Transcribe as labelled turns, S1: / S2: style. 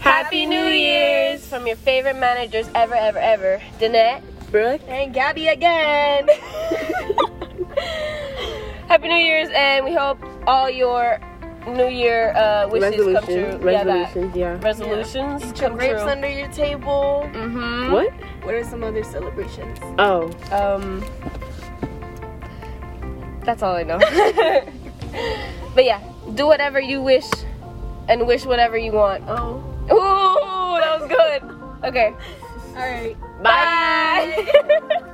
S1: Happy New Year's from your favorite managers ever, ever, ever. Danette, Brooke, and Gabby again. Happy New Year's, and we hope all your New Year uh, wishes come true.
S2: Resolution.
S1: Yeah, that.
S2: Resolutions, yeah.
S1: Resolutions come
S3: grapes
S1: true.
S3: under your table.
S1: mm-hmm.
S2: What?
S3: What are some other celebrations?
S2: Oh.
S1: Um, that's all I know. but yeah, do whatever you wish, and wish whatever you want.
S3: Oh,
S1: Ooh, that was good. Okay.
S3: all right.
S1: Bye.